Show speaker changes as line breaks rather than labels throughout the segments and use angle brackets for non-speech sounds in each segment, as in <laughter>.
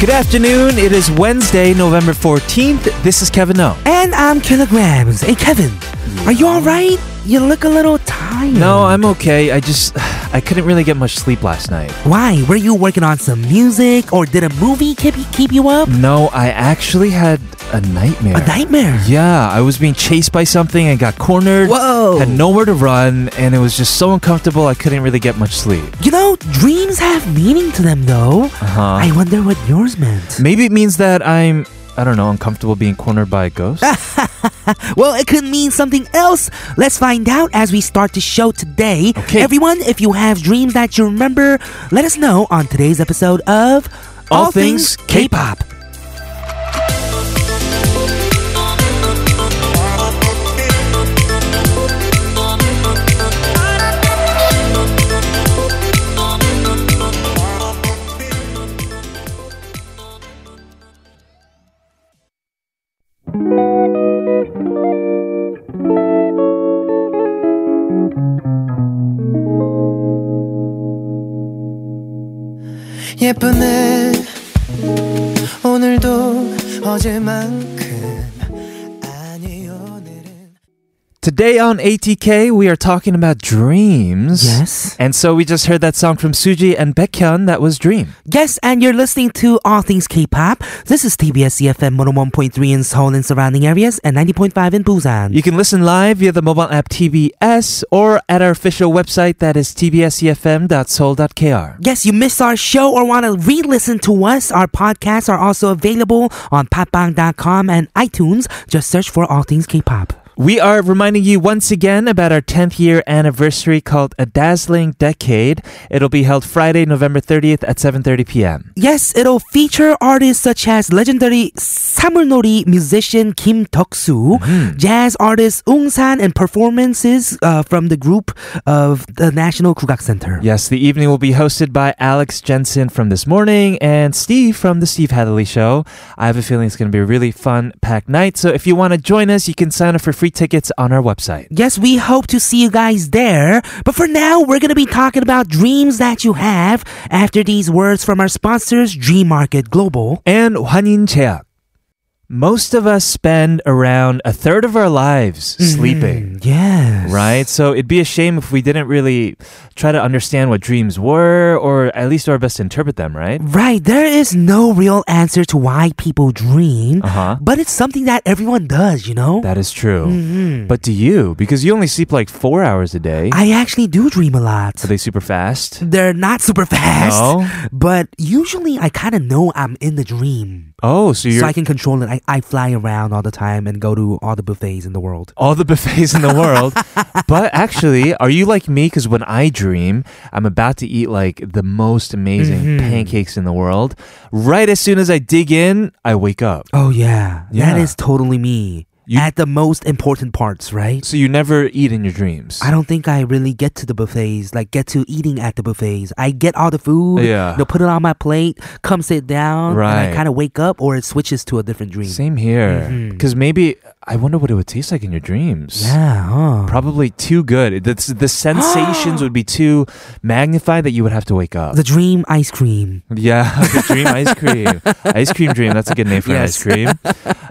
Good afternoon. It is Wednesday, November 14th. This is Kevin O.
And I'm kilograms. Hey, Kevin, are you all right? You look a little tired.
No, I'm okay. I just <sighs> I couldn't really get much sleep last night.
Why? Were you working on some music, or did a movie keep you, keep you up?
No, I actually had a nightmare.
A nightmare.
Yeah, I was being chased by something and got cornered.
Whoa.
Had nowhere to run, and it was just so uncomfortable. I couldn't really get much sleep.
You know, dreams have meaning to them, though.
Uh-huh.
I wonder what yours meant.
Maybe it means that I'm I don't know uncomfortable being cornered by a ghost.
Well, it could mean something else. Let's find out as we start the show today.
Okay.
Everyone, if you have dreams that you remember, let us know on today's episode of
All Things K-Pop.
예쁜 애 오늘도 어제만큼 아니 오늘은
Today on ATK, we are talking about dreams.
Yes.
And so we just heard that song from Suji and Baekhyun. That was Dream.
Yes, and you're listening to All Things K-Pop. This is TBS EFM 101.3 in Seoul and surrounding areas and 90.5 in Busan.
You can listen live via the mobile app TBS or at our official website that is tbsefm.soul.kr.
Yes, you missed our show or want to re-listen to us, our podcasts are also available on popbang.com and iTunes. Just search for All Things K-Pop.
We are reminding you once again about our 10th year anniversary called A Dazzling Decade. It'll be held Friday, November 30th at 7:30 p.m.
Yes, it'll feature artists such as legendary Samulnori musician Kim Deok-soo, jazz artist Ung San, and performances uh, from the group of the National Kugak Center.
Yes, the evening will be hosted by Alex Jensen from This Morning and Steve from The Steve Hadley Show. I have a feeling it's going to be a really fun, packed night. So if you want to join us, you can sign up for free tickets on our website.
Yes, we hope to see you guys there. But for now, we're going to be talking about dreams that you have after these words from our sponsors, Dream Market Global.
And 환인 제약. Most of us spend around a third of our lives
Mm-hmm.
sleeping.
Yes.
Right? So it'd be a shame if we didn't really try to understand what dreams were or at least do our best to interpret them, right?
Right, there is no real answer to why people dream,
Uh-huh.
but it's something that everyone does, you know? Mm-hmm.
That is true.
Mm.
But do you? Because you only sleep like four hours a day.
I actually do dream a lot.
Are they super fast?
They're not super fast,
No?
but usually I kind of know I'm in the dream.
Oh, so you're
so I can control it. I, I fly around all the time and go to all the buffets in the world.
all the buffets in
<laughs>
the world. but actually, are you like me? Because when I dream, I'm about to eat like the most amazing
Mm-hmm.
pancakes in the world. Right as soon as I dig in, I wake up.
Oh, yeah.
Yeah.
That is totally me.
You-
At the most important parts, right?
So you never eat in your dreams.
I don't think I really get to the buffets, like get to eating at the buffets. I get all the food,
Yeah.
they'll put it on my plate, come sit down, and
Right.
I kind of wake up or it switches to a different dream.
Same here. Because maybe I wonder what it would taste like in your dreams.
Mm-hmm. Yeah, huh.
Probably too good. The, the
<gasps>
sensations would be too magnified that you would have to wake up.
The dream ice cream.
Yeah, <laughs> the dream ice cream. ice cream dream. That's a good name for an ice
Yes. <laughs>
cream.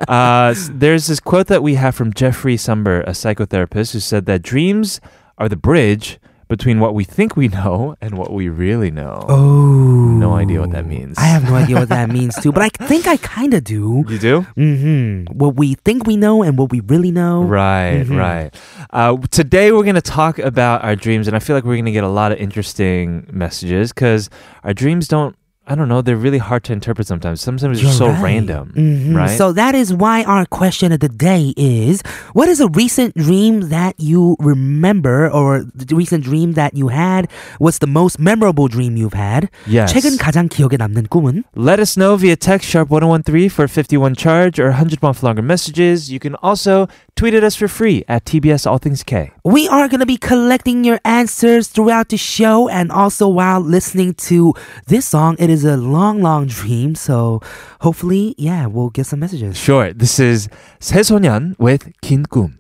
Uh, s- there's this quote that we have from Jeffrey Sumber, a psychotherapist, who said that dreams are the bridge between what we think we know and what we really know.
Oh.
No idea what that means.
I have no idea
<laughs>
what that means too, but I think I kind of do.
You do?
hmm What we think we know and what we really know.
Right,
Mm-hmm.
right. Uh, today we're going to talk about our dreams, and I feel like we're going to get a lot of interesting messages because our dreams don't. I don't know. They're really hard to interpret sometimes. Sometimes
You're
it's so
right.
random,
Mhm.
right?
So that is why our question of the day is What is a recent dream that you remember or the recent dream that you had? What's the most memorable dream you've had?
Yes.
최근 가장 기억에 남는 꿈은?
Let us know via text sharp 1013 for 51 charge or 100 won for longer messages. You can also tweet at us for free at TBS All Things K.
We are going to be collecting your answers throughout the show and also while listening to this song. It is a long, long dream. So hopefully, yeah, we'll get some messages.
Sure, this is 새소년 with 긴 꿈.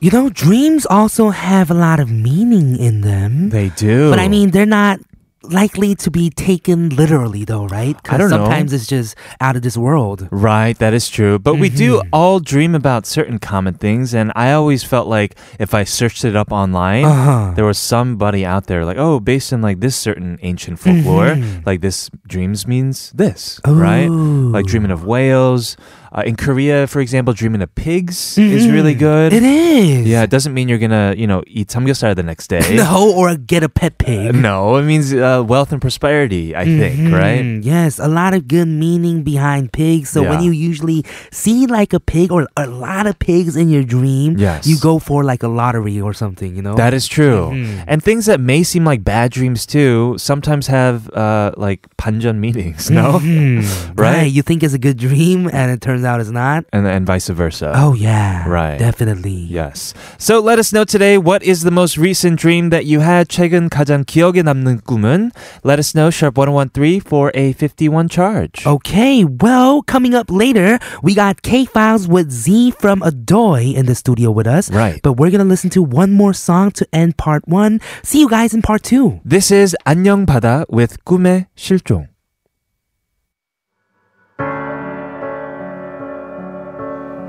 You know, dreams also have a lot of meaning in them.
They do.
But I mean, they're not likely to be taken literally, though, right? 'Cause
I don't know.
sometimes it's just out of this world.
Right, that is true. But we do all dream about certain common things. And I always felt like if I searched it up online,
Uh-huh.
there was somebody out there like, oh, based on like this certain ancient folklore,
Mm-hmm.
like this dreams means this, right? Like dreaming of whales. Uh, in Korea, for example, dreaming of pigs is really good.
Mm-hmm. It is.
Yeah, it doesn't mean you're gonna, you know, eat samgyeopsal the next day.
<laughs> No, or <laughs> get a pet
Uh,
pig.
No, it means uh, wealth and prosperity, I think, right?
Mm, Yes, a lot of good meaning behind pigs. So when
Yeah.
you usually see like a pig or a lot of pigs in your dream,
Yes.
you go for like a lottery or something, you know?
That is true.
Mhm.
And things that may seem like bad dreams too sometimes have uh, like panjan meanings, no?
Mhm.
<laughs> Right?
You think it's a good dream and it turns out it's not.
and, and vice versa.
Oh, yeah.
Uh, Right.
Definitely.
Yes. So let us know today what is the most recent dream that you had. 최근 가장 기억에 남는 꿈은? Let us know. Sharp 1013 for a 51 charge.
Okay, well, coming up later, we got K Files with Z from Adoy in the studio with us.
Right.
But we're going to listen to one more song to end part one. See you guys in part two.
This is 안녕 바다 with 꿈의 실종.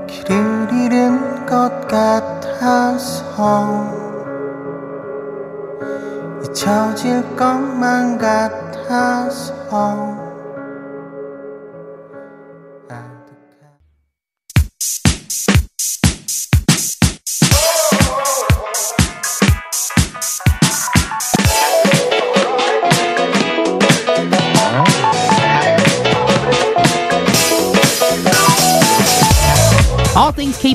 길을 잃은 것 같아서 잊혀질 것만 같아서
All things K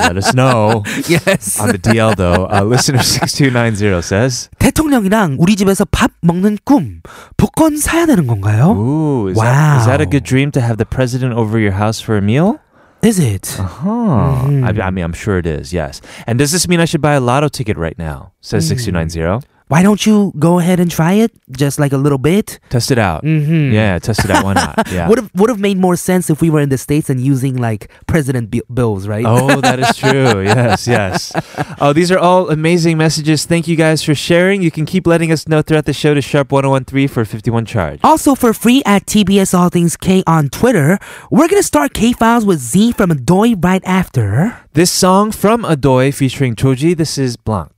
let us know.
yes.
On the DL though,
<laughs>
uh, listener 6290 says,
대통령이랑 우리 집에서 밥 먹는 꿈 복권 사야 되는 건가요?
Ooh, is, that, is that a
Oh, Wow.
good dream to have the president over your house for a meal? Mm-hmm.
Is it?
Huh.
Mm.
I, I mean, I'm sure it is, yes. And does this mean I should buy a lotto ticket right now? Says 6290.
why don't you go ahead and try it just like a little bit?
Test it out.
Mhm.
Yeah, test it out. Why
<laughs>
not? Yeah.
Would have would have made more sense if we were in the states and using like president bi- bills, right?
Oh, that is
<laughs>
true. yes, yes. Oh, these are all amazing messages. Thank you guys for sharing. You can keep letting us know throughout the show to sharp1013 for 51 charge.
Also for free at TBS All Things K on Twitter. We're gonna start K Files with Z from Adoy right after.
This song from Adoy featuring Choji, this is Blanc.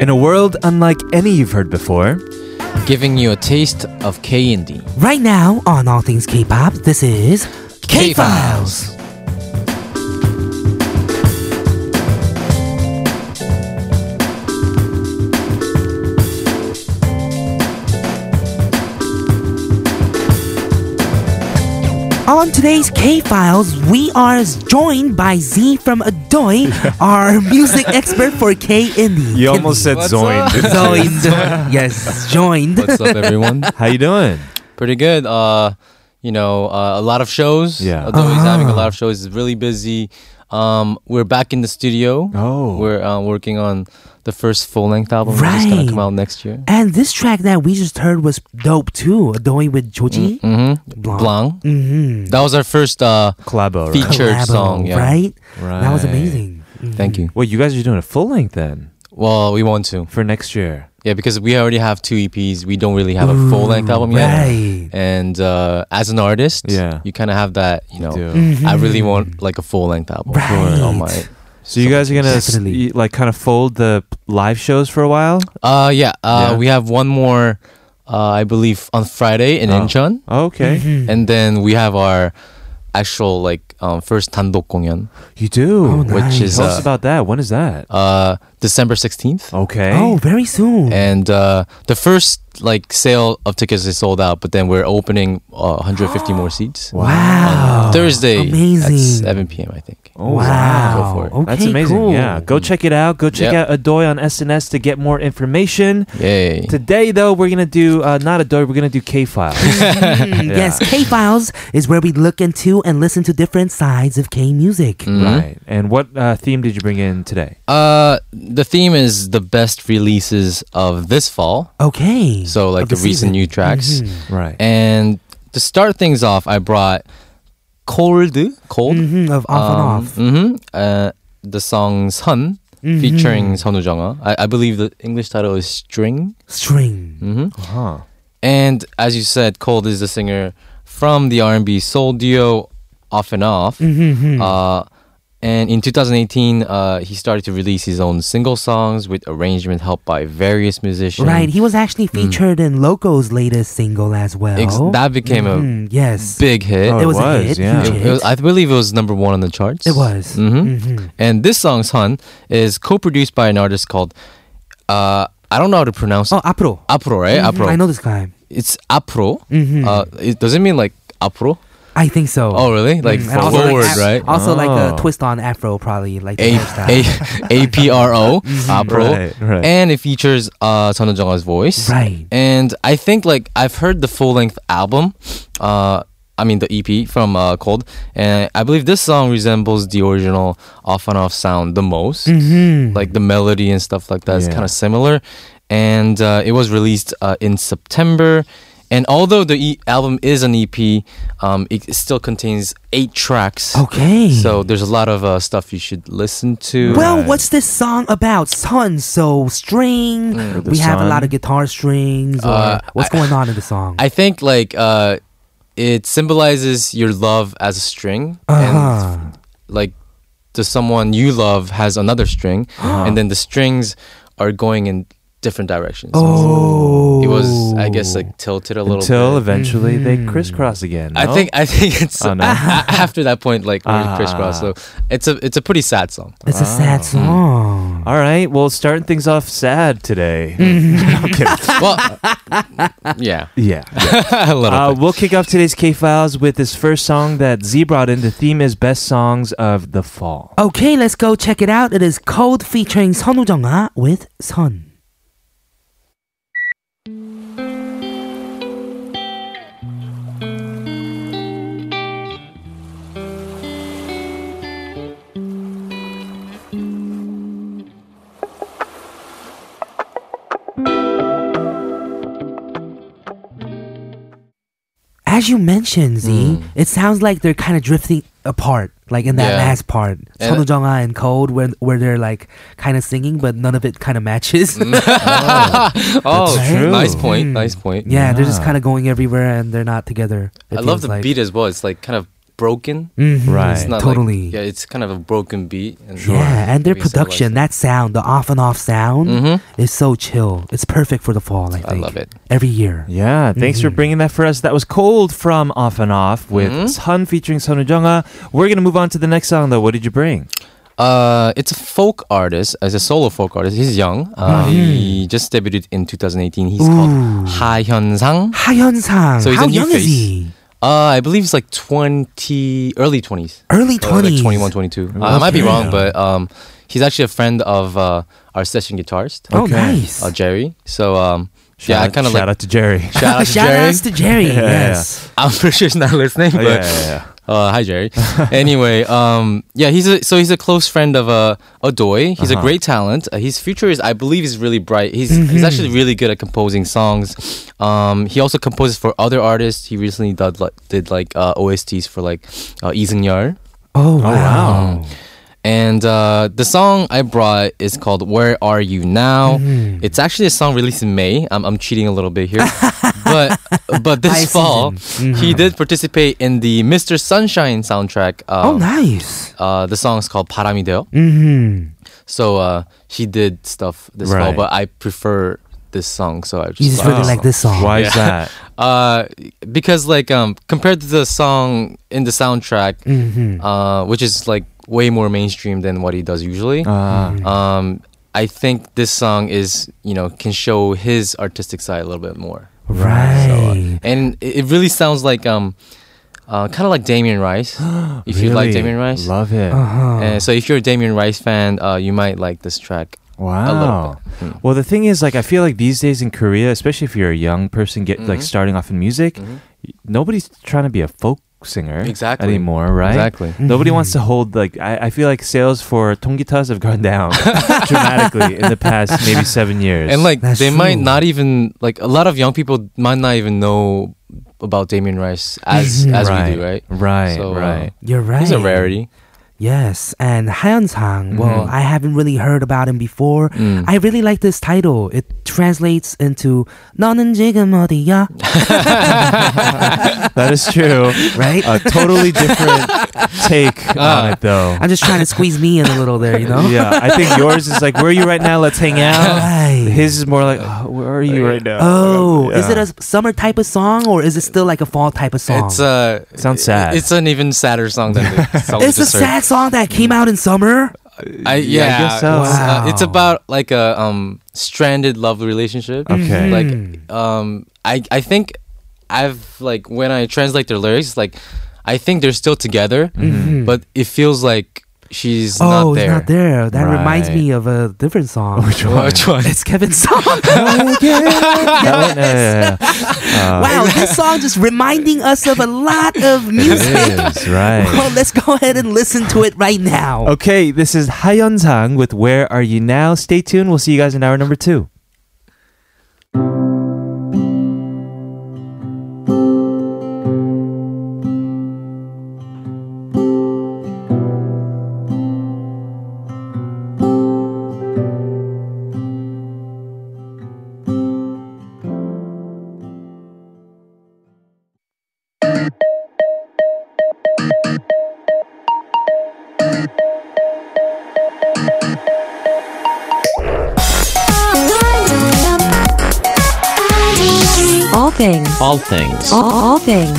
In a world unlike any you've heard before,
Giving you a taste of K and D.
Right now on All Things K-pop, this is
K Files.
On today's K Files, we are joined by Z from
<laughs>
Adoy, our music expert for K Indie.
you almost said
What's
Zoin.
up?
didn't you?
Joined. yes, joined.
What's up, everyone?
<laughs> How you doing?
<laughs> Pretty good. Uh, you know, uh, a lot of shows.
Yeah.
Although he's having a lot of shows, he's really busy. Um, we're back in the studio.
Oh.
We're uh, working on the first full length album. Right. It's gonna
Right.
come out next year.
And this track that we just heard was dope too. Adoy with Joji.
Mm-hmm.
Blanc.
Blanc.
Mm-hmm.
That was our first uh,
Collabo, right?
featured song. Yeah.
Right? That was
Right.
amazing. Mhm.
Thank you.
Well, you guys are doing a full length then
Well, we want to.
for next year.
Yeah, because we already have two EPs. We don't really have a full length album yet.
Right.
And uh, as an artist,
Yeah.
you kind of have that, you know.
do.
I really want like a full length album
Mm-hmm. Right.
for all my.
So you guys are gonna s-
Definitely.
y- like kind of fold the p- live shows for a while.
Uh, yeah, uh,
Yeah.
we have one more, uh, I believe, on Friday in
Oh.
Incheon,
Okay,
Mm-hmm.
and then we have our actual like um, first 단독 공연,
you do.
Oh,
which
nice.
is
Tell us
uh,
about that. When is that?
uh, December sixteenth,
Okay.
Oh, very soon.
and uh, the first like sale of tickets is sold out, but then we're opening uh, 150 more seats.
wow.
Thursday
Amazing.
at 7 p.m. I think.
Oh,
wow.
Go for it.
Okay,
That's amazing.
cool.
Yeah. Go check it out. Go check
Yep.
out Adoy on SNS to get more information.
Yay!
<laughs> Today, though, we're going to do uh, not Adoy, we're going to do K Files.
Mm-hmm.
Mm, Yes, K Files is where we look into and listen to different sides of K music.
Mhm.
Right. And what uh, theme did you bring in today?
Uh, the theme is the best releases of this fall,
Okay.
so like
Of
the,
the
recent
season. Mm-hmm.
new tracks.
Right.
And to start things off, I brought Cold, Cold,
Mhm, of off and
um,
off. Mm-hmm.
mhm, uh, the song Sun featuring Sonu Jeonga. I, I believe the English title is String.
String.
hmm
Huh.
And as you said, Cold is the singer from the R&B soul duo Off and Off.
Mm-hmm,
Uh, and in 2018, uh, he started to release his own single songs with arrangement helped by various musicians.
Right. He was actually featured in Loco's latest single as well.
Mm. Ex- that became a
Mm, yes.
big hit.
Oh,
Oh. it was,
was,
a hit.
yeah.
huge
It- it was-
hit.
I believe it was number one on the charts.
It was. Mm-hmm.
Mhm. And this song, Sun, is co-produced by an artist called uh, I don't know how to pronounce
Oh,
it.
Apro.
Apro, right?
Mhm,
Apro.
I know this guy.
It's Apro.
Mhm.
Uh, it, does it mean like Apro?
I think so.
Oh, really? Like
Mm, and also
forward,
like, a-
right?
Also, like
Oh.
a twist on Afro, probably like the
A
hairstyle.
A A P
<laughs>
R O
Mm-hmm.
Apro.
Right, right.
And it features uh, Son Jeonga's voice.
Right.
And I think like I've heard the full length album, uh, I mean the EP from uh, Cold, and I believe this song resembles the original off and off sound the most.
Mm-hmm.
Like the melody and stuff like that is
Yeah.
kind of similar. And uh, it was released uh, in September. And although the e- album is an EP, um, it still contains eight tracks.
Okay.
So there's a lot of uh, stuff you should listen to.
Well, what's this song about? Sun, so string.
the
we have a lot
sun.
of guitar strings. Or
Mm, Uh,
what's going on in the song?
I think like uh, it symbolizes your love as a string,
uh-huh.
and like
<gasps>
the someone you love has another string, and then the strings are going in different directions.
Oh,
It was, I guess, like tilted a little
until
bit.
eventually they crisscross again.
I
no?
think I think it's
Oh, no.
a- a- after that point like we're
Ah.
crisscross. So it's a it's a pretty sad song.
Oh. it's a sad
hmm.
song.
All right. Well, starting things off sad today.
Mm-hmm.
I'm kidding. <laughs>
Well, yeah, <laughs>
Yeah.
a little.
Uh,
bit.
we'll kick off today's K Files with this first song that Z brought in. The theme is best songs of the fall.
Okay, let's go check it out. It is Cold featuring 선우정아 with Sun. As you mentioned, Z, it sounds like they're kind of drifting apart, like in that
Yeah.
last part.
And-
선우정아 and Cold, where, where they're like kind of singing, but none of it kind of
<laughs>
matches.
Mm. oh,
That's true.
nice point. Nice point.
Yeah, they're just kind of going everywhere and they're not together. it
I
feels
love the
like.
beat as well. It's like kind of broken.
Mm,
Mhm.
Right.
Mm-hmm. It's not like-
Totally.
yeah, it's kind of a broken beat. And
Yeah, and their
maybe
production, that
symbolizes-
sound, the off and off sound, is so chill. It's perfect for the fall, I think.
I love it.
Every year.
Yeah, thanks for
Mm-hmm.
bringing that for us. That was Cold from Off and Off with Sun featuring Sun Ujonga. We're going to move on to the next song, though. What did you bring?
Uh, it's a folk artist. As a solo folk artist, he's young. Uh,
Mm-hmm.
He just debuted in 2018. He's called Ha Hyun Sang.
하현상.
So he's
How
a new
young is
face.
he?
Uh, I believe he's like 20, early 20s.
Early
Or
20s.
Like 21, 22. Uh, I might be
Okay.
wrong, but um, he's actually a friend of uh, our session guitarist,
Oh,
Okay.
nice.
uh, Jerry. So, um, yeah,
Shout-
I kind of
shout out
like.
to Jerry.
Shout out to
Shout
Jerry.
outs to Jerry.
yeah.
yes.
<laughs> I'm pretty sure he's not listening, but
Oh, yeah, yeah,
Uh, hi Jerry. anyway, um, yeah, he's a, so he's a close friend of uh, Adoy. He's a great talent. Uh, his future is, I believe, is really bright. He's he's actually really good at composing songs. Um, he also composes for other artists. He recently did like, did, like uh, OSTs for like uh, Isenyar.
Oh,
Oh,
wow.
wow.
Mm. And uh, the song I brought is called "Where Are You Now."
Mm-hmm.
It's actually a song released in May. I'm, I'm cheating a little bit
<laughs>
here, but but
High
this fall
season. Mm-hmm.
he did participate in the Mr. Sunshine soundtrack. Uh,
Oh, nice.
uh, the song is called 바람이 돼요.
Mm-hmm.
So uh, he did stuff this fall,
Right.
but I prefer this song. So I just,
You just
brought
really
this
like this
<laughs>
song.
Why is that?
uh, because like um, compared to the song in the soundtrack,
Mm. Mm-hmm.
uh, which is like way more mainstream than what he does usually.
Oh.
Uh,
Um, I think this song is you know can show his artistic side a little bit more, uh,
Right.
and it it really sounds like um, uh, kind of like Damien
<gasps>
Rice. if <laughs> you like
really
Damien Rice,
Love it.
And so if you're a Damien Rice fan, uh, you might like this track.
Wow.
bit. Mm.
Well, the thing is, like, I feel like these days in Korea, especially if you're a young person, get
Mm-hmm.
like starting off in music, y- nobody's trying to be a folk singer
Exactly.
anymore, right?
Exactly.
<laughs> Nobody wants to hold like I, I feel like sales for tonggitas have gone
<laughs>
down dramatically in the past maybe seven years.
And like
That's
they might
true.
not even like a lot of young people might not even know about Damien Rice as
Mm-hmm.
as
right,
we do, right?
Right,
So, uh,
right.
You're right.
He's a rarity.
Yes, and Haeon-sang,
Mm-hmm.
well, I haven't really heard about him before.
Mm.
I really like this title. It translates into 너는 지금
<laughs>
어디야?
that is true.
Right?
Uh,
A totally
<laughs>
different take on it though.
I'm just trying to squeeze me in a little there,
<laughs>
you know?
Yeah, I think yours is like, where are you right now? Let's hang out.
Right.
His is more like, oh, where are you right now?
oh, is it
Yeah.
a summer type of song or is it still like a fall type of song?
It's uh
Sounds sad.
It's an even sadder song than
<laughs>
the song we
It's a
just heard.
sad song that came out in summer.
I, yeah,
I guess so. <laughs>
It's, uh,
Wow.
it's about like a um stranded love relationship.
Okay.
Like um I I think I've like when I translate their lyrics, like I think they're still together, Mm-hmm. but it feels like
Mm.
she's
Mm-hmm. oh,
not
it's
there.
not there. That reminds
Right.
me of a different song.
Which one?
It's Kevin's song. <laughs> Oh,
<laughs> That one? Yeah, yeah, yeah.
wow, this song just reminding us of a lot of music.
It is, right.
Well, let's go ahead and listen to it right now.
Okay, this is Hayon Sang with Where Are You Now? Stay tuned. We'll see you guys in hour number two.
Where All things.
All things.
All, all things.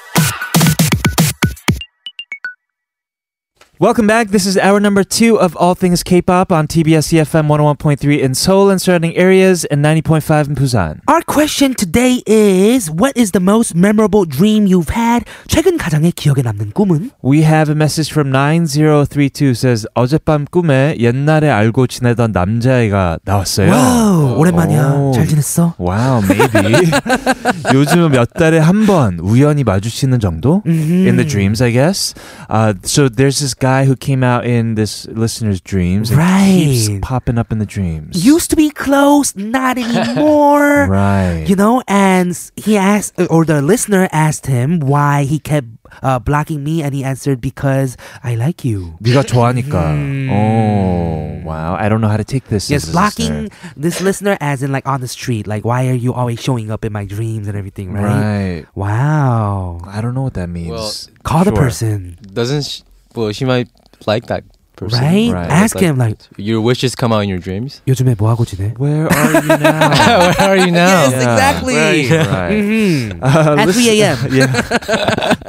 Welcome back. This is hour number two of All Things K-pop on TBS EFM 101.3 in Seoul and surrounding areas and 90.5 in Busan.
Our question today is what is the most memorable dream you've had? 최근 가장의 기억에 남는 꿈은?
We have a message from 9032 says 어젯밤 꿈에 옛날에 알고 지내던 남자애가 나왔어요.
와우, 오랜만이야.
오.
잘 지냈어?
Wow, maybe.
<laughs>
요즘은 몇 달에 한 번 우연히 마주치는 정도? In the dreams, I guess. Uh, so there's this guy who came out in this listener's dreams. and keeps
Right.
popping up in the dreams.
Used to be close, not anymore.
<laughs> Right.
You know, and he asked, or the listener asked him why he kept uh, blocking me, and he answered, because I like you.
네가 좋아하니까. Oh, wow. I don't know how to take this.
음. Yes,
as a
blocking
listener.
this listener as in like on the street. Like, why are you always showing up in my dreams and everything, right?
Right.
Wow.
I don't know what that means.
Well,
Call the
Sure.
person,
Doesn't she, well, she might like that person.
right?
right.
Ask
Like-
him, like,
Your wishes come out in your <laughs> dreams.
요즘에 뭐 하고 지내?
Where are
<laughs>
you now?
Where are you now?
Yes, exactly. <laughs>
Right.
Mm-hmm.
Uh,
At
listen-
3 a.m.
<laughs> yeah.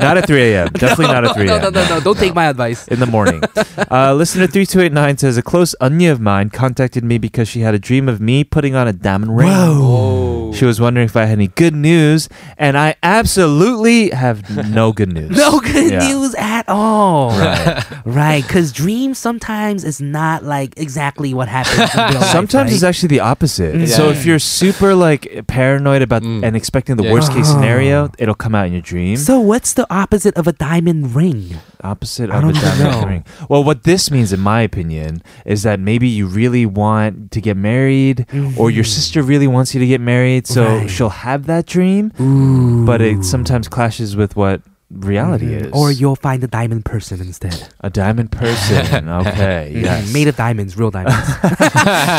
Not at 3
<laughs>
a.m. Definitely not at 3 a.m.
Oh, no. Don't take my advice.
in the morning. uh, listener 3289 says A close onion of mine contacted me because she had a dream of me putting on a diamond ring.
Oh.
She was wondering if I had any good news, and I absolutely have no good news.
<laughs> <laughs> No good
Yeah.
news at all.
Right.
Right, because dreams sometimes is not like exactly what happens. <laughs> in real life,
Sometimes
right?
it's actually the opposite.
Yeah.
So if you're super like paranoid about
Mm.
and expecting the
Yeah.
worst case
Ah.
scenario, it'll come out in your dream.
So what's the opposite of a diamond ring?
opposite
I
of a
don't even
diamond
know.
ring. Well, what this means, in my opinion, is that maybe you really want to get married, or your sister really wants you to get married, so
Mm-hmm. Right.
she'll have that dream, but it sometimes clashes with what reality is.
Mm-hmm. Or you'll find a diamond person instead.
a diamond
<laughs>
person. okay,
<laughs>
yes.
Made of diamonds,
<laughs>
real diamonds.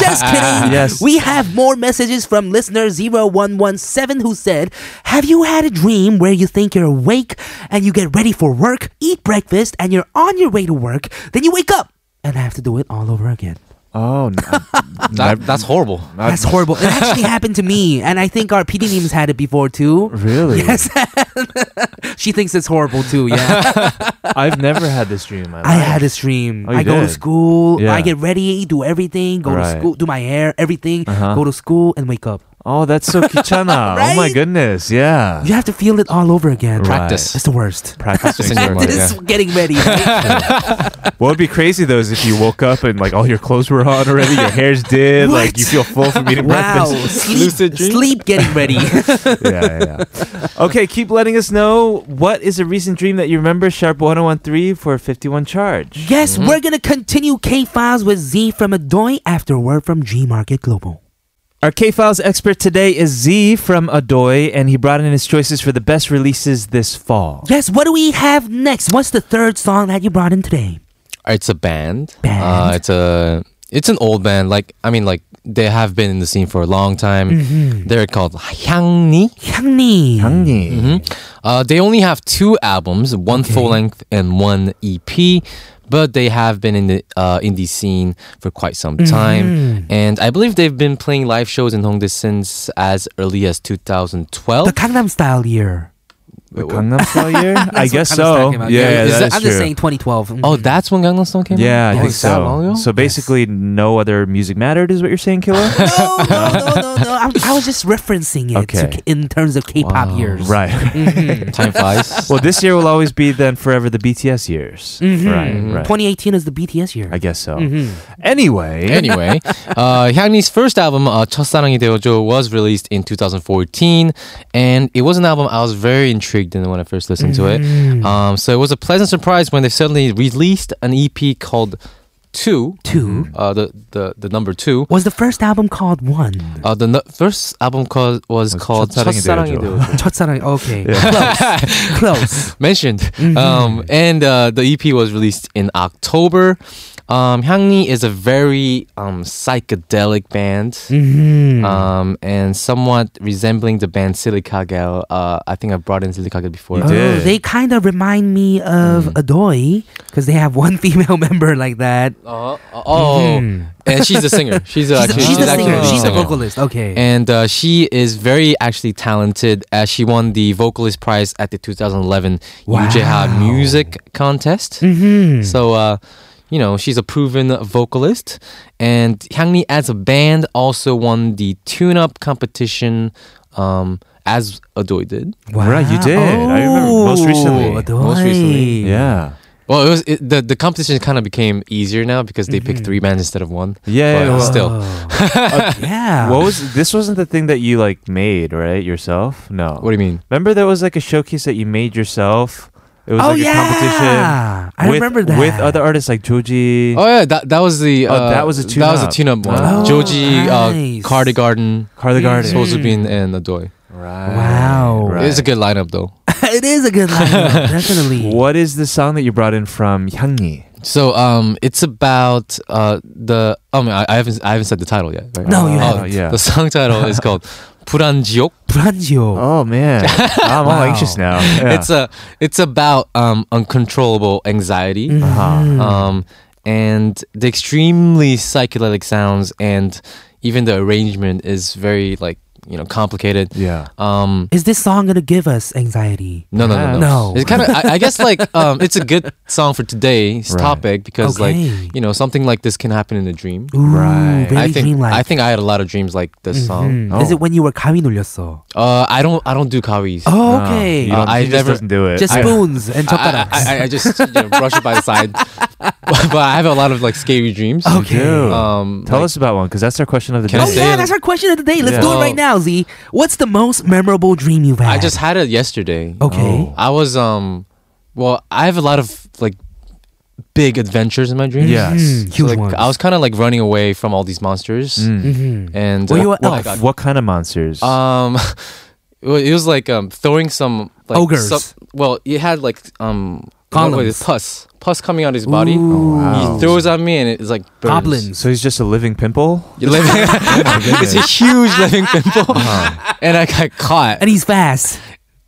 Just kidding.
Yes.
We have more messages from listener 0117 who said, Have you had a dream where you think you're awake and you get ready for work, eat breakfast, and you're on your way to work, then you wake up and have to do it all over again?
Oh, n-
That, that's horrible.
Uh,
That's horrible. It actually happened to me, and I think our PD memes had it before too.
really?
Yes. she thinks it's horrible too, yeah.
<laughs> I've never had this dream in my life.
I had this dream.
Oh, you
I go to
did?
school.
Yeah.
I get ready, do everything, go
Right.
to school, do my hair, everything,
Uh-huh.
go to school, and wake up.
Oh, that's so
<laughs>
kichana. Oh my
Right?
goodness, yeah.
You have to feel it all over again.
Right. Oh,
Practice.
It's the worst.
Practicing
Practicing your
your
mind.
mind.
This is getting
<laughs>
ready. right?
What would be crazy though is if you woke up and like all your clothes were on already, your hair's did, like you feel full from eating
wow.
breakfast.
Sleep, sleep getting
<laughs>
ready.
Mm-hmm. Yeah, yeah, yeah. Okay, keep letting us know what is a recent dream that you remember. Sharp 1013 for 51 charge.
yes, we're going to continue K Files with Z from Adoy after word from G Market Global.
Our K Files expert today is Z from Adoy, and he brought in his choices for the best releases this fall.
Yes, what do we have next? What's the third song that you brought in today?
Uh, It's a band.
Band.
Uh, it's a it's an old band. Like I mean, like they have been in the scene for a long time.
Mm-hmm.
They're called Hyangni.
향니.
향기.
hmm Uh, they only have two albums, one full length and one EP, but they have been in the uh, indie scene for quite some
Mm-hmm.
time, and I believe they've been playing live shows in Hongdae since as early as 2012.
The Gangnam Style year.
The Gangnam Style
<laughs>
year? I guess
Gangnam Style
so.
came
Yeah,
out.
yeah,
Is
that
that-
is
I'm
true.
just saying 2012. Mhm.
oh, that's when Gangnam Style came
yeah, I
out. Oh,
think
is that long
so.
ago?
So basically, no other music mattered, is what you're saying, Killa? <laughs>
<laughs> no, no, no, no, no. I'm, I was just referencing it to
Okay.
K- in terms of K-pop
Wow.
years. <laughs>
right.
Mm-hmm.
<laughs>
time flies.
Well, this year will always be then forever the BTS years.
Mm-hmm.
Right, right.
2018 is the BTS year.
I guess so.
Mm-hmm.
Anyway,
anyway, uh, Hyangni's first album, uh, 첫사랑이 되어줘, was released in 2014, and it was an album I was very intrigued in when I first listened to it. Um, so it was a pleasant surprise when they suddenly released an EP called Two,
Mm-hmm.
Two
uh, the, the the number two.
was the first album called One.
<laughs>
Uh, the n- first album called, was called
첫사랑이
첫사랑이
되어줘.
<laughs>
되어줘.
첫사랑. Okay,
<laughs>
close, close.
E mentioned. Um, and uh, the EP was released in October. Um, Hyangni is a very um, psychedelic band,
Mm-hmm.
Mm-hmm. Hmm.
Uh,
um, and somewhat resembling the band Silikagel. Uh, I think I brought in Silikagel before.
You
Oh,
did.
they kind of remind me of
Mm-hmm.
Adoy because they have one <laughs> female member like that.
Uh, oh, and she's a singer. She's, a,
Uh,
She's, a, she's a
actually, actually
singer.
the
She's a
singer.
vocalist. Okay.
And uh, she is very actually talented as she won the vocalist prize at the 2011 wow. Music Contest.
Hmm.
Mm-hmm. So, uh, you know, she's a proven vocalist. And Hyangni as a band also won the tune-up competition um, as Adoy did.
Right, you did. I remember most recently.
Adoy.
Most recently.
Yeah.
Well, it was it, the the competition kind of became easier now because they picked three bands instead of one.
Yeah,
but
yeah.
still.
Oh,
<laughs>
yeah.
What was this? Wasn't the thing that you like made right yourself? No.
What do you mean?
Remember there was like a showcase that you made yourself. It was
oh
like a
yeah.
competition.
I
with,
remember that
with other artists like Joji.
Oh yeah, that that was the
Oh,
uh,
that was a
that was a
tune-up.
tune-up one.
Oh,
Joji,
nice.
uh, Cardigarden,
Carly Garden.
Sozubin, and Adoy.
Right.
Wow.
Right.
It's a good lineup though.
<laughs> it is a good
<laughs>
lineup, definitely.
What is the song that you brought in from Hyangni?
So um, it's about uh the oh I, mean, I, I haven't I haven't said the title yet. Right?
No, you
Oh,
haven't. Yeah.
The song title is
<laughs>
called Puranjiok.
Brandio.
Oh <laughs> man, I'm all anxious now. <laughs> Yeah.
It's a it's about um uncontrollable anxiety.
Hmm. Mm-hmm.
uh-huh.
um, and the extremely psychedelic sounds and even the arrangement is very like you know complicated
yeah.
um
Is this song gonna give us anxiety?
no no no no,
No.
it's kind of I, I guess like um it's a good song for today's
Right.
topic because
Okay.
like you know something like this can happen in a dream
Ooh,
Right.
Very
i think
dreamlike.
i think oh. i had a lot of dreams like this
Mm-hmm.
song
Is it when you were 가위 놀렸어?
uh i don't i don't do kawis
No,
Oh, okay.
you don't-
Uh,
he
I
just
never-
doesn't do it.
Just
I-
spoons and
I,
젓가락.
I, I- I just you know, brush it by the side
<laughs>
but i have a lot of like scary dreams
<laughs> You do.
um
Tell us
like-
about one because that's our question of the day. Mm.
Can I
Oh
say
yeah,
it?
that's our question of the day. Let's
Yeah.
do it right now, Z. What's the most memorable dream you've had?
I just had it yesterday.
Okay.
I was um, well, I have a lot of like big adventures in my dreams.
Yes.
Mm,
So,
huge
like,
ones. Mm.
I was kind of like running away from all these monsters,
Mm-hmm.
and
Were you
uh,
a
oh my
elf?
God.
What kind of monsters?
<laughs> um, well, it was like um throwing some like,
Ogres.
some- well, it had like um what was
Columns.
it? pus pus coming out of his body.
Ooh. Oh,
wow.
He throws at me and it's like
goblins.
burns.
so he's just a living pimple.
<laughs> You live- <laughs>
<laughs>
it's a huge living pimple,
Uh-huh.
and I got caught.
and he's fast.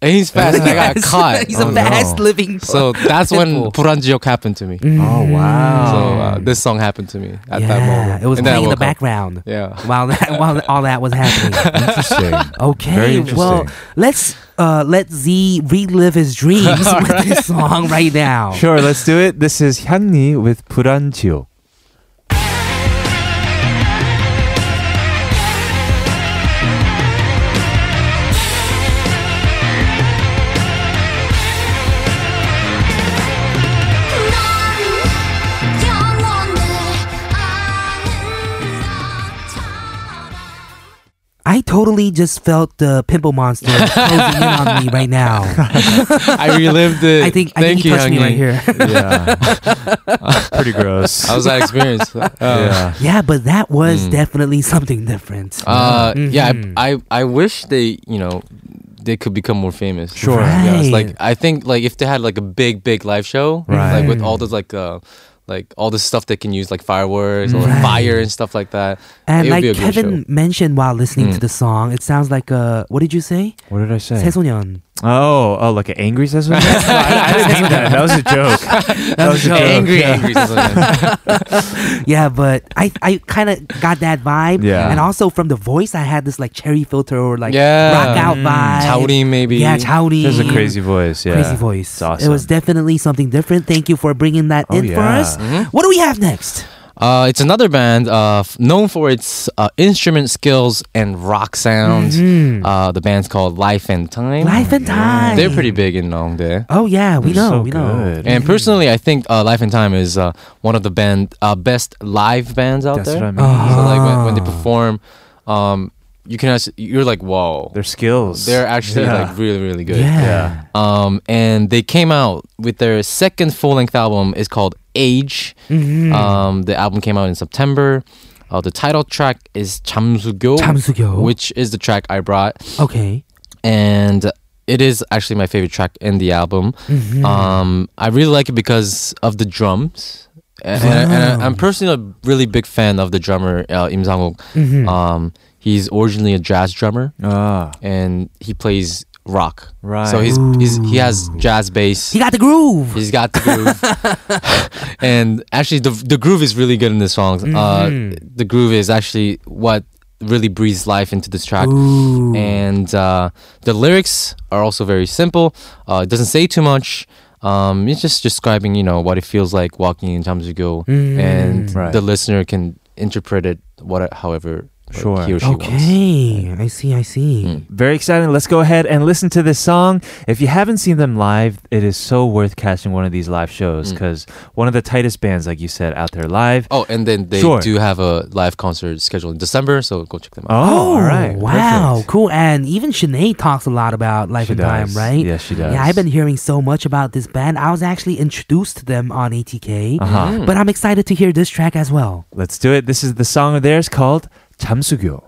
And he's fast, and I got
Yes.
caught.
<laughs> he's
Oh,
a
no.
fast living. <laughs>
So that's when Puranjiok happened to me.
Oh wow.
So uh, this song happened to me
Oh.
at
yeah,
that moment.
it was
And then I
playing in the
woke up.
background <laughs>
Yeah.
while that, while all that was happening.
interesting.
Okay,
Very interesting.
well, let's uh, let Z relive his
<laughs>
dreams with this song right now.
<laughs> Sure, let's do it. This is Hyangni with Puranjio.
I totally just felt the pimple
<laughs>
monster closing in on me right now.
I relived it.
I think I
Thank
think he
you,
touched me
Hyungmin.
right here. <laughs>
<laughs>
Yeah. Oh. Pretty gross.
How was
<laughs>
that experience? Uh,
yeah.
yeah, but that was definitely something different.
Hmm. Uh,
Mm-hmm.
Yeah. I, I I wish they you know they could become more famous.
Sure.
To be honest.
Right.
Like I think like if they had like a big big live show,
Right.
like with all those like uh like all the stuff they can use like fireworks or
Right.
fire and stuff like that.
and
it would
like
be a great
Kevin
show. Hmm.
mentioned while listening to the song, it sounds like a what did you say?
What did I say?
새소년.
Oh, oh, like an angry sesame? no, I, I didn't mean that. That was a joke. That, was a joke.
Angry,
Yeah.
angry.
<laughs>
something.
Yeah, but I I kind of got that vibe.
Yeah.
And also from the voice, I had this like cherry filter or like
Yeah.
rock out
Mm.
vibe.
Chauri maybe.
Yeah, Chauri.
She has a crazy voice. Yeah.
Crazy voice.
It's awesome.
It was definitely something different. Thank you for bringing that
Oh,
in for
yeah.
us. What do we have next?
Uh, it's another band uh, f- known for its uh, instrument skills and rock sounds. Uh, the band's called Life and
Hmm.
Time.
Mm-hmm. Life and Time.
They're pretty big in Hongdae.
Oh yeah, we know,
so
we know.
good.
And personally, I think uh, Life and Time is uh, one of the band uh, best live bands out
That's
there.
what I mean.
So like when, when they perform, um, you can actually, you're like whoa,
Their skills.
they're actually
Yeah.
like really really good.
yeah.
Um, and they came out with their second full length album. It's called Age. Um, the album came out in September. Uh, the title track is 잠수교,
잠수교.
which is the track I brought,
Okay.
and it is actually my favorite track in the album. Um, I really like it because of the drums. And, and, I, and I- I'm personally a really big fan of the drummer uh, Im Sang-wook. Um, he's originally a jazz drummer,
Ah,
and he plays rock.
Right.
So he's, he's he has jazz bass.
He got the groove.
He's got the groove. <laughs> and actually, the, the groove is really good in this song. Uh, the groove is actually what really breathes life into this track. And uh, the lyrics are also very simple. Uh, it doesn't say too much. Um, it's just describing, you know, what it feels like walking in Jamsugo, and
Right.
the listener can interpret it what, however
Sure.
he or she wants. Mm.
Okay, I see, I see.
very exciting. Let's go ahead and listen to this song. If you haven't seen them live, it is so worth catching one of these live shows because one of the tightest bands, like you said, out there live.
Oh, and then they
Sure.
do have a live concert scheduled in December, so go check them out.
Oh, all right.
Oh, Wow,
Perfect.
cool. And even Sinead talks a lot about Life
She
and Time,
does.
right?
Yes, she does.
Yeah, I've been hearing so much about this band. I was actually introduced to them on ATK,
Uh-huh.
but I'm excited to hear this track as well.
Let's do it. This is the song of theirs called 잠수교.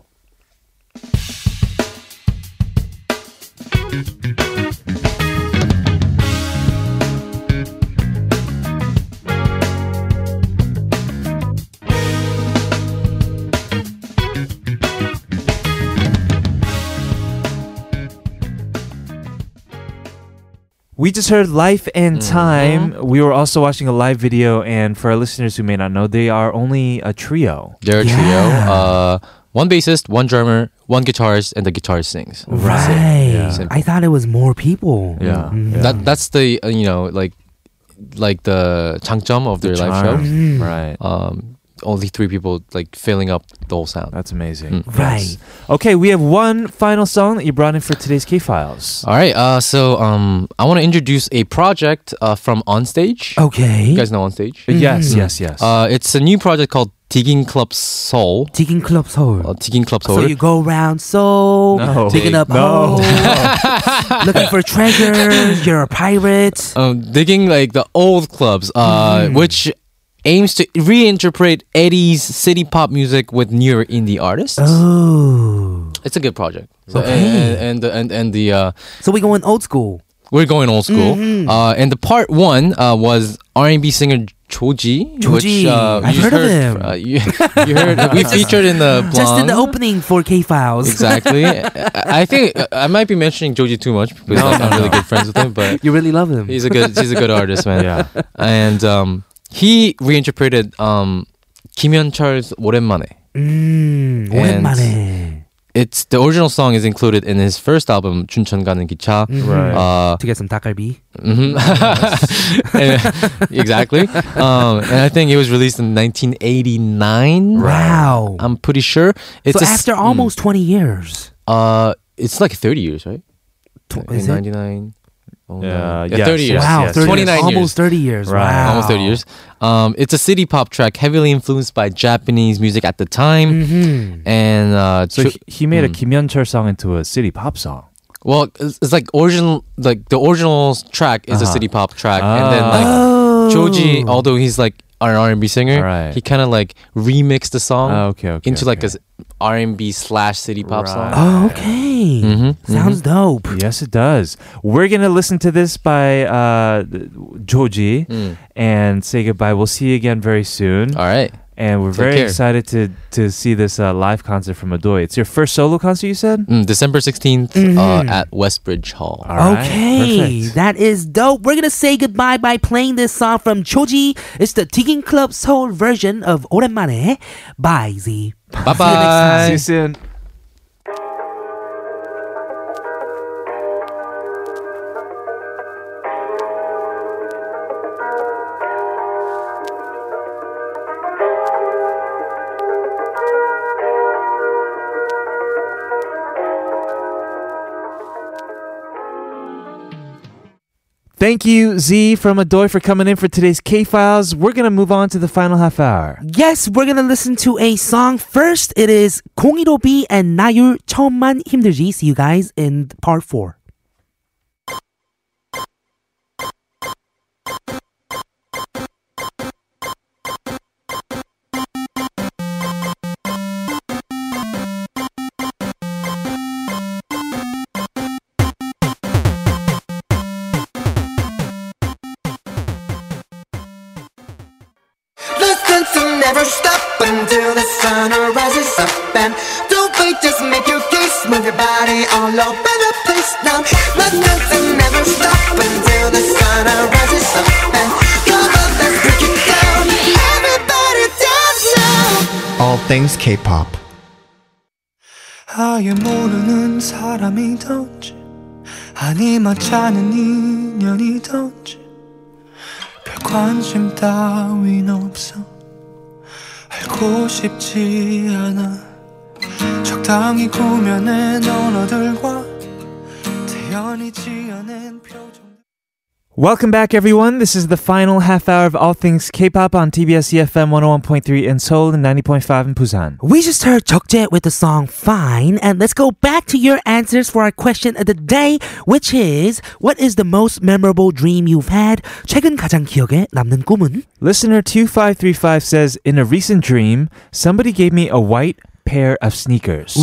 We just heard Life and Time. We were also watching a live video, and for our listeners who may not know, they are only a trio.
They're a
Yeah.
trio. Uh, one bassist, one drummer, one guitarist, and the guitarist sings.
Right.
Simple.
I thought it was more people. Mm-hmm.
Yeah.
That that's the uh, you know like like the 장점 of their live
Charm.
show.
Right.
Um, only three people like filling up the whole sound.
That's amazing.
Right.
Okay, we have one final song that you brought in for today's K Files.
All right. Uh, so um, I want to introduce a project uh, from Onstage.
Okay.
You guys know Onstage?
Yes, yes, yes.
Uh, it's a new project called Digging Club Soul.
Digging Club Seoul.
Uh, Digging Club Soul.
So you go around Seoul,
No.
digging up
No.
<laughs>
holes, looking for treasures. You're a pirate.
um, digging like the old clubs, uh,
Mm-hmm.
which aims to reinterpret 80s city pop music with newer indie artists.
Oh.
It's a good project. So, and, and, and the and, and the uh,
So we going old school.
we're going old school.
Mm-hmm.
Uh, and the part one uh, was R&B singer Choji,
Choji.
which uh,
I've
you
heard of him.
Uh, you, <laughs> you
<laughs>
heard we featured in the blonde.
Just in the opening for K Files.
Exactly. I, I think uh, I might be mentioning Joji too much because I'm not really good friends with him, but
<laughs> You really love him.
He's a good he's a good artist,
<laughs>
man.
Yeah.
And um, he reinterpreted um, Kim Hyun-chul's 오랜만에.
Mm, 오랜만에.
It's the original song is included in his first album 춘천 가는 기차.
Right.
Uh,
To get some 닭갈비.
mhm. <laughs> And- exactly. Um, and I think it was released in 1989.
Wow.
I'm pretty sure. Um, It's
so
a s- mm.
after almost 20 years.
uh, it's like 30 years, right?
Tw-
In
is it?
99. oh,
Yeah,
nine. yeah,
yes,
30 years.
yes,
Wow,
yes.
30
29
years.
years.
Almost 30 years.
Right.
Wow.
almost 30 years. Um, it's a city pop track heavily influenced by Japanese music at the
Mm.
time.
Hmm.
And uh,
so
tr-
he, he made a Kim Yeonchul song into a city pop song.
well, it's, it's like original, like the original track
Uh-huh.
is a city pop track, and
Ah.
then like Joji, although he's like an R and B singer,
Right.
he kind of like remixed the song
Ah, okay, okay,
into like
okay.
this R and B slash city pop song.
Oh, okay.
Mm-hmm,
Sounds dope.
Yes, it does. We're going to listen to this by uh, Joji and say goodbye. We'll see you again very soon.
All right,
And we're
Take
very
care.
excited to, to see this uh, live concert from Adoy. It's your first solo concert, you said?
Mm, December 16th uh, at Westbridge Hall.
All right,
okay,
perfect.
that is dope. We're gonna say goodbye by playing this song from Choji. It's the Digging Club Seoul version of 오랜만에 by Z.
Bye bye.
See you soon. Thank you, Z from Adoy, for coming in for today's K Files. We're going to move on to the final half hour.
Yes, we're gonna listen to a song first. It is 공이로비 and 나율 처음만 힘들지. See you guys in part four.
the sun rises up and don't wait, just make your case. Move your body all over the place now. Let nothing never stop until the sun rises up and come on, let's break it down. Everybody dance now.
All things K-pop.
아예 모르는 사람이던지 아니 마차는 인연이던지 별 관심 따윈 없어 알고 싶지 않아 적당히 구면해 언어들과 태연히 지어낸 표정
Welcome back, everyone. This is the final half hour of All Things K-pop on TBS EFM 101.3 in Seoul and 90.5 in Busan.
We just heard Jokje with the song Fine, and let's go back to your answers for our question of the day, which is What is the most memorable dream you've had? 최근 가장 기억에 남는 꿈은?
Listener 2535 says, In a recent dream, somebody gave me a white pair of sneakers.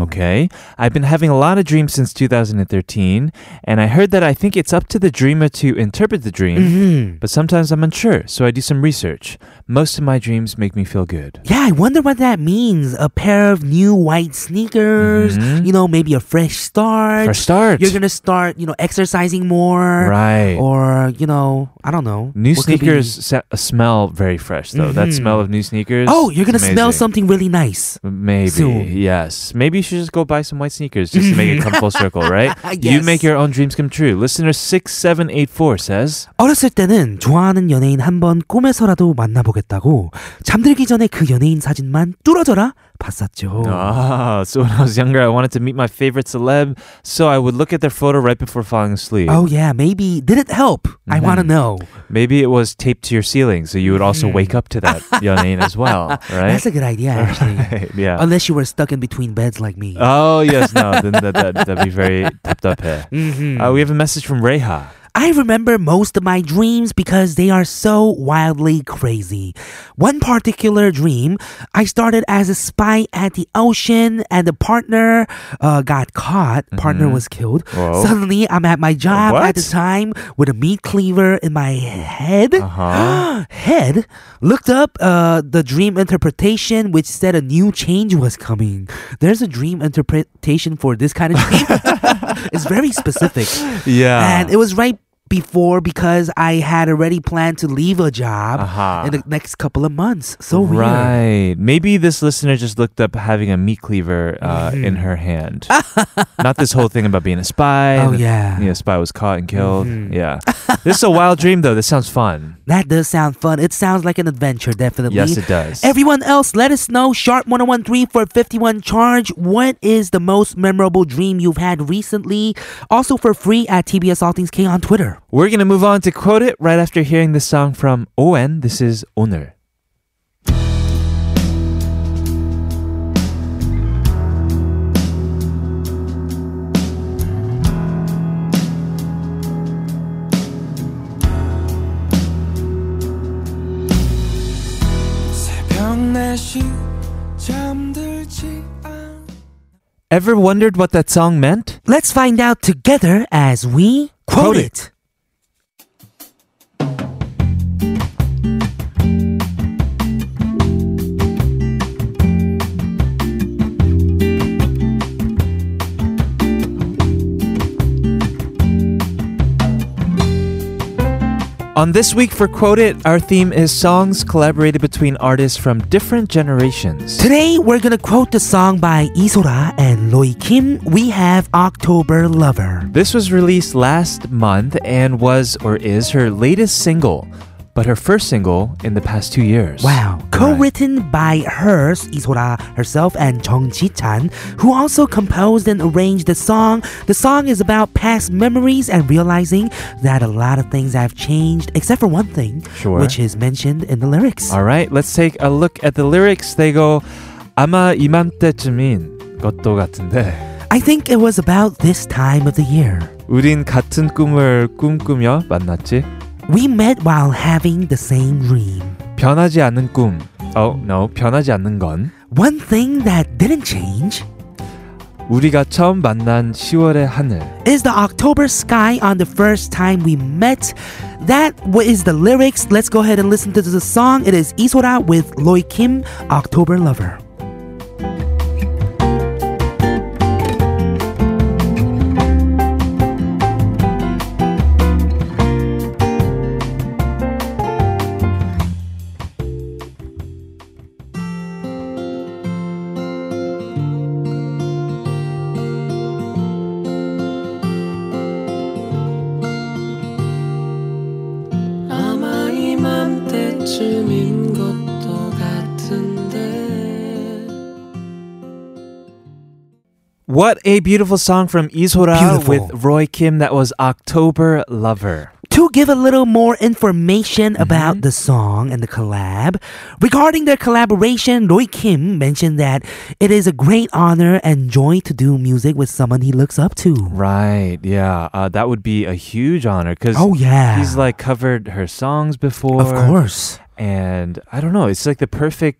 Okay. I've been having a lot of dreams since 2013, and I heard that I think it's up to the dreamer to interpret the dream,
Mm-hmm.
but sometimes I'm unsure, so I do some research. Most of my dreams make me feel good.
Yeah, I wonder what that means. A pair of new white sneakers, you know, maybe a fresh start.
Mm-hmm. Fresh start.
You're gonna start, you know, exercising more.
Right.
Or, you know, I don't know.
New
What could be- Mm-hmm.
sneakers sa- smell very fresh, though. That smell of new sneakers.
Oh, you're gonna
is
smell
amazing.
something really nice.
Maybe
soon.
yes. Maybe you should just go buy some white sneakers just to make it come
<laughs>
full circle, right? You
Yes.
make your own dreams come true. Listener six seven eight four says,
어렸을 때는 좋아하는 연예인 한 번 꿈에서라도 만나보겠다고 잠들기 전에 그 연예인 사진만 뚫어져라 봤었죠.
"Ah, so when I was younger, I wanted to meet my favorite celeb, so I would look at their photo right before falling asleep.
Oh yeah, maybe did it help? I want to know.
Maybe it was taped to your ceiling, so you would also wake up to that Yeonin as well, right?
Mm-hmm. <laughs> That's a good idea actually.
<laughs> yeah.
Unless you were stuck in between beds like me.
Oh yes, no, then that, that, that'd be
<laughs>
very topped up here.
Mhm.
Uh, we have a message from Reha.
I remember most of my dreams because they are so wildly crazy. One particular dream, I started as a spy at the ocean and the partner uh, got caught. Partner was killed.
Mm-hmm. Whoa.
Suddenly, I'm at my job at the
What?
time with a meat cleaver in my head.
Uh-huh.
<gasps> head. Looked up uh, the dream interpretation, which said a new change was coming. There's a dream interpretation for this kind of
<laughs>
dream. it's very specific.
Yeah.
And it was right before because I had already planned to leave a job
Uh-huh.
in the next couple of months. So weird.
Right. Maybe this listener just looked up having a meat cleaver uh,
Mm-hmm.
in her
<laughs>
hand. Not this whole thing about being a spy.
Oh,
and the-
yeah. Mm-hmm.
Yeah, spy was caught and killed. Yeah. this is a wild dream, though. This sounds fun.
That does sound fun. It sounds like an adventure, definitely.
Yes, it does.
Everyone else, let us know. Sharp 1013 for 51 charge. What is the most memorable dream you've had recently? Also for free at TBS All Things K on Twitter.
We're going to move on to quote it right after hearing this song from ON. This is 오늘.
새벽 4시 잠들지 않아
Ever wondered what that song meant?
Let's find out together as we quote,
Quote it.
it.
On this week for Quote It, our theme is songs collaborated between artists from different generations.
Today, we're gonna quote the song by Isora and Loi Kim. We have October Lover.
This was released last month and was or is her latest single, but her first single in the past two years.
Wow. Co written by hers, Isora herself, and Jung Ji Chan, who also composed and arranged the song. The song is about past memories and realizing that a lot of things have changed, except for one thing,
Sure.
which is mentioned in the lyrics.
All right, let's take a look at the lyrics. They go, 아마 이맘때쯤인 것도 같은데
I think it was about this time of the year.
우린 같은 꿈을 꿈꾸며 만났지.
We met while having the same dream.
변하지 않는 꿈. Oh, no. 변하지 않는 건
One thing that didn't change
우리가 처음 만난 10월의 하늘.
is the October sky on the first time we met. that wa- is the lyrics. Let's go ahead and listen to the song. It is Isora with Loy Kim, October Lover.
아마 이맘때쯤인 것도 같은데
What a beautiful song from Isora
Beautiful.
with Roy Kim. That was October Lover.
To give a little more
Mm-hmm.
information about the song and the collab, regarding their collaboration, Roy Kim mentioned that it is a great honor and joy to do music with someone he looks up to.
Right. Yeah. Uh, that would be a huge honor because
Oh, yeah.
he's like covered her songs before.
Of course.
And I don't know. It's like the perfect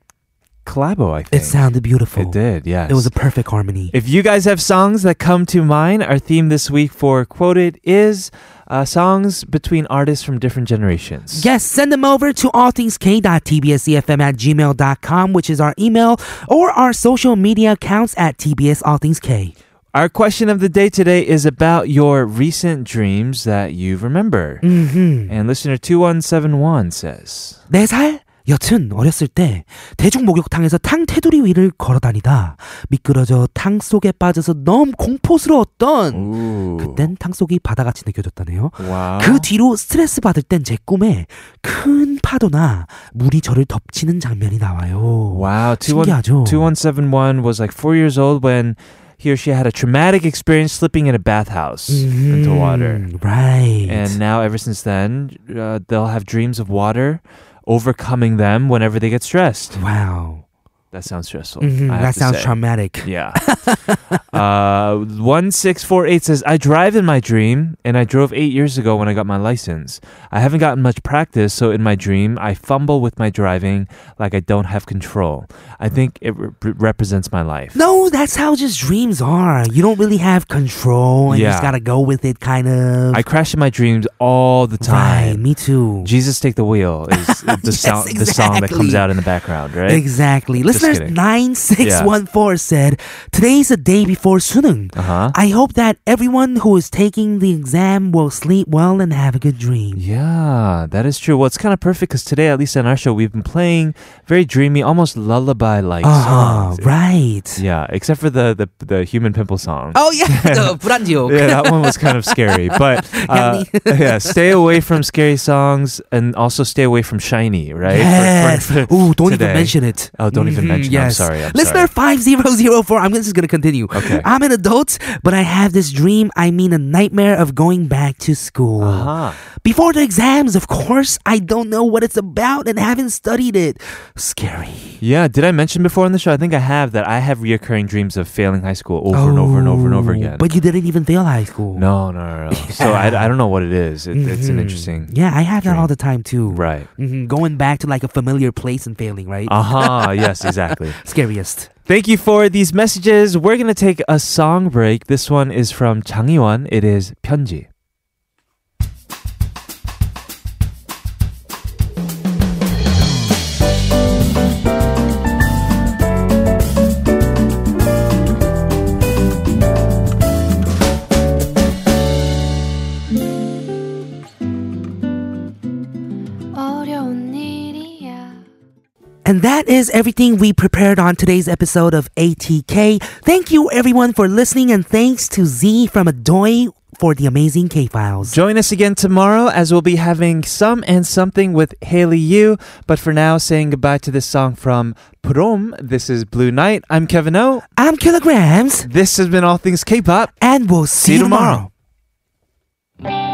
collabo, I
It
think.
sounded beautiful.
It did, yes.
It was a perfect harmony.
If you guys have songs that come to mind, our theme this week for Quoted is uh, songs between artists from different generations.
Yes, send them over to allthingsk.tbscfm at gmail.com, which is our email, or our social media accounts at TBS All Things K.
Our question of the day today is about your recent dreams that you remember. Mm-hmm. And listener 2171 says,
4살? 여튼 어렸을 때 대중 목욕탕에서 탕 테두리 위를 걸어다니다 미끄러져 탕 속에 빠져서 너무 공포스러웠던
Ooh.
그땐 탕 속이 바다같이 느껴졌다네요.
Wow.
그 뒤로 스트레스 받을 땐 제 꿈에 큰 파도나 물이 저를 덮치는 장면이 나와요.
Wow,
신기하죠?
2171 was like four years old when he or she had a traumatic experience slipping in a bathhouse into water.
음, Mm-hmm. Right.
And now, ever since then, uh, they'll have dreams of water overcoming them whenever they get stressed.
Wow.
That sounds stressful.
Mhm,
I have
That
to
sounds
say.
traumatic.
Yeah. uh, 1648 says, I drive in my dream, and I drove eight years ago when I got my license. I haven't gotten much practice, so in my dream, I fumble with my driving like I don't have control. I think it re- represents my life.
No, that's how just dreams are. You don't really have control and you
Yeah.
just gotta go with it, kind of.
I crash in my dreams all the
right,
time.
me too.
Jesus Take the Wheel is the,
<laughs> Yes,
sound, the song that comes
exactly.
out in the background, right?
Exactly.
Just
Listeners
kidding.
9614 said, Today's the day before Sunung.
Uh-huh.
I hope that everyone who is taking the exam will sleep well and have a good dream.
Yeah, that is true. Well, it's kind of perfect because today, at least on our show, we've been playing very dreamy, almost lullaby-like
Uh-huh,
songs.
right.
Yeah, except for the the, the human pimple song.
Oh, yeah. <laughs> the
<laughs>
불안지옥.
Yeah, that one was kind of
<laughs>
scary, but uh, yeah, stay away from scary songs and also stay away from shiny, right?
Yes.
For- for- for
Ooh, don't
today.
even mention it. Mm-hmm,
Oh, don't even mention it. I'm
Yes.
sorry, I'm
Listener
sorry.
5004, I'm just going to continue.
Okay.
I'm an adult, but I have this dream, I mean a nightmare of going back to school.
Uh-huh.
Before the exams, of course, I don't know what it's about and haven't studied it. Scary.
Yeah, did I mention before on the show? I think I have that I have reoccurring dreams of failing high school over and over and over and over
Oh,
again.
But you didn't even fail high school.
no, no,
<laughs>
no, no. So I, I don't know what it is. It, It's an interesting.
Mm-hmm. Yeah, I have that
Dream.
all the time too.
Right. Uh-huh.
Mhm, Going back to like a familiar place and failing, right?
Aha, yes, exactly.
Scariest.
Thank you for these messages. We're going to take a song break. This one is from Chang Yi-won. It is 편지.
어려운 일이야.
And that is everything we prepared on today's episode of ATK. Thank you everyone for listening and thanks to Z from Adoy for the amazing K files.
Join us again tomorrow as we'll be having some and something with Haley Yu. But for now, saying goodbye to this song from Prom. This is Blue Night. I'm Kevin O.
I'm Kilograms
This has been All Things K-pop.
and we'll see,
See you tomorrow.
tomorrow.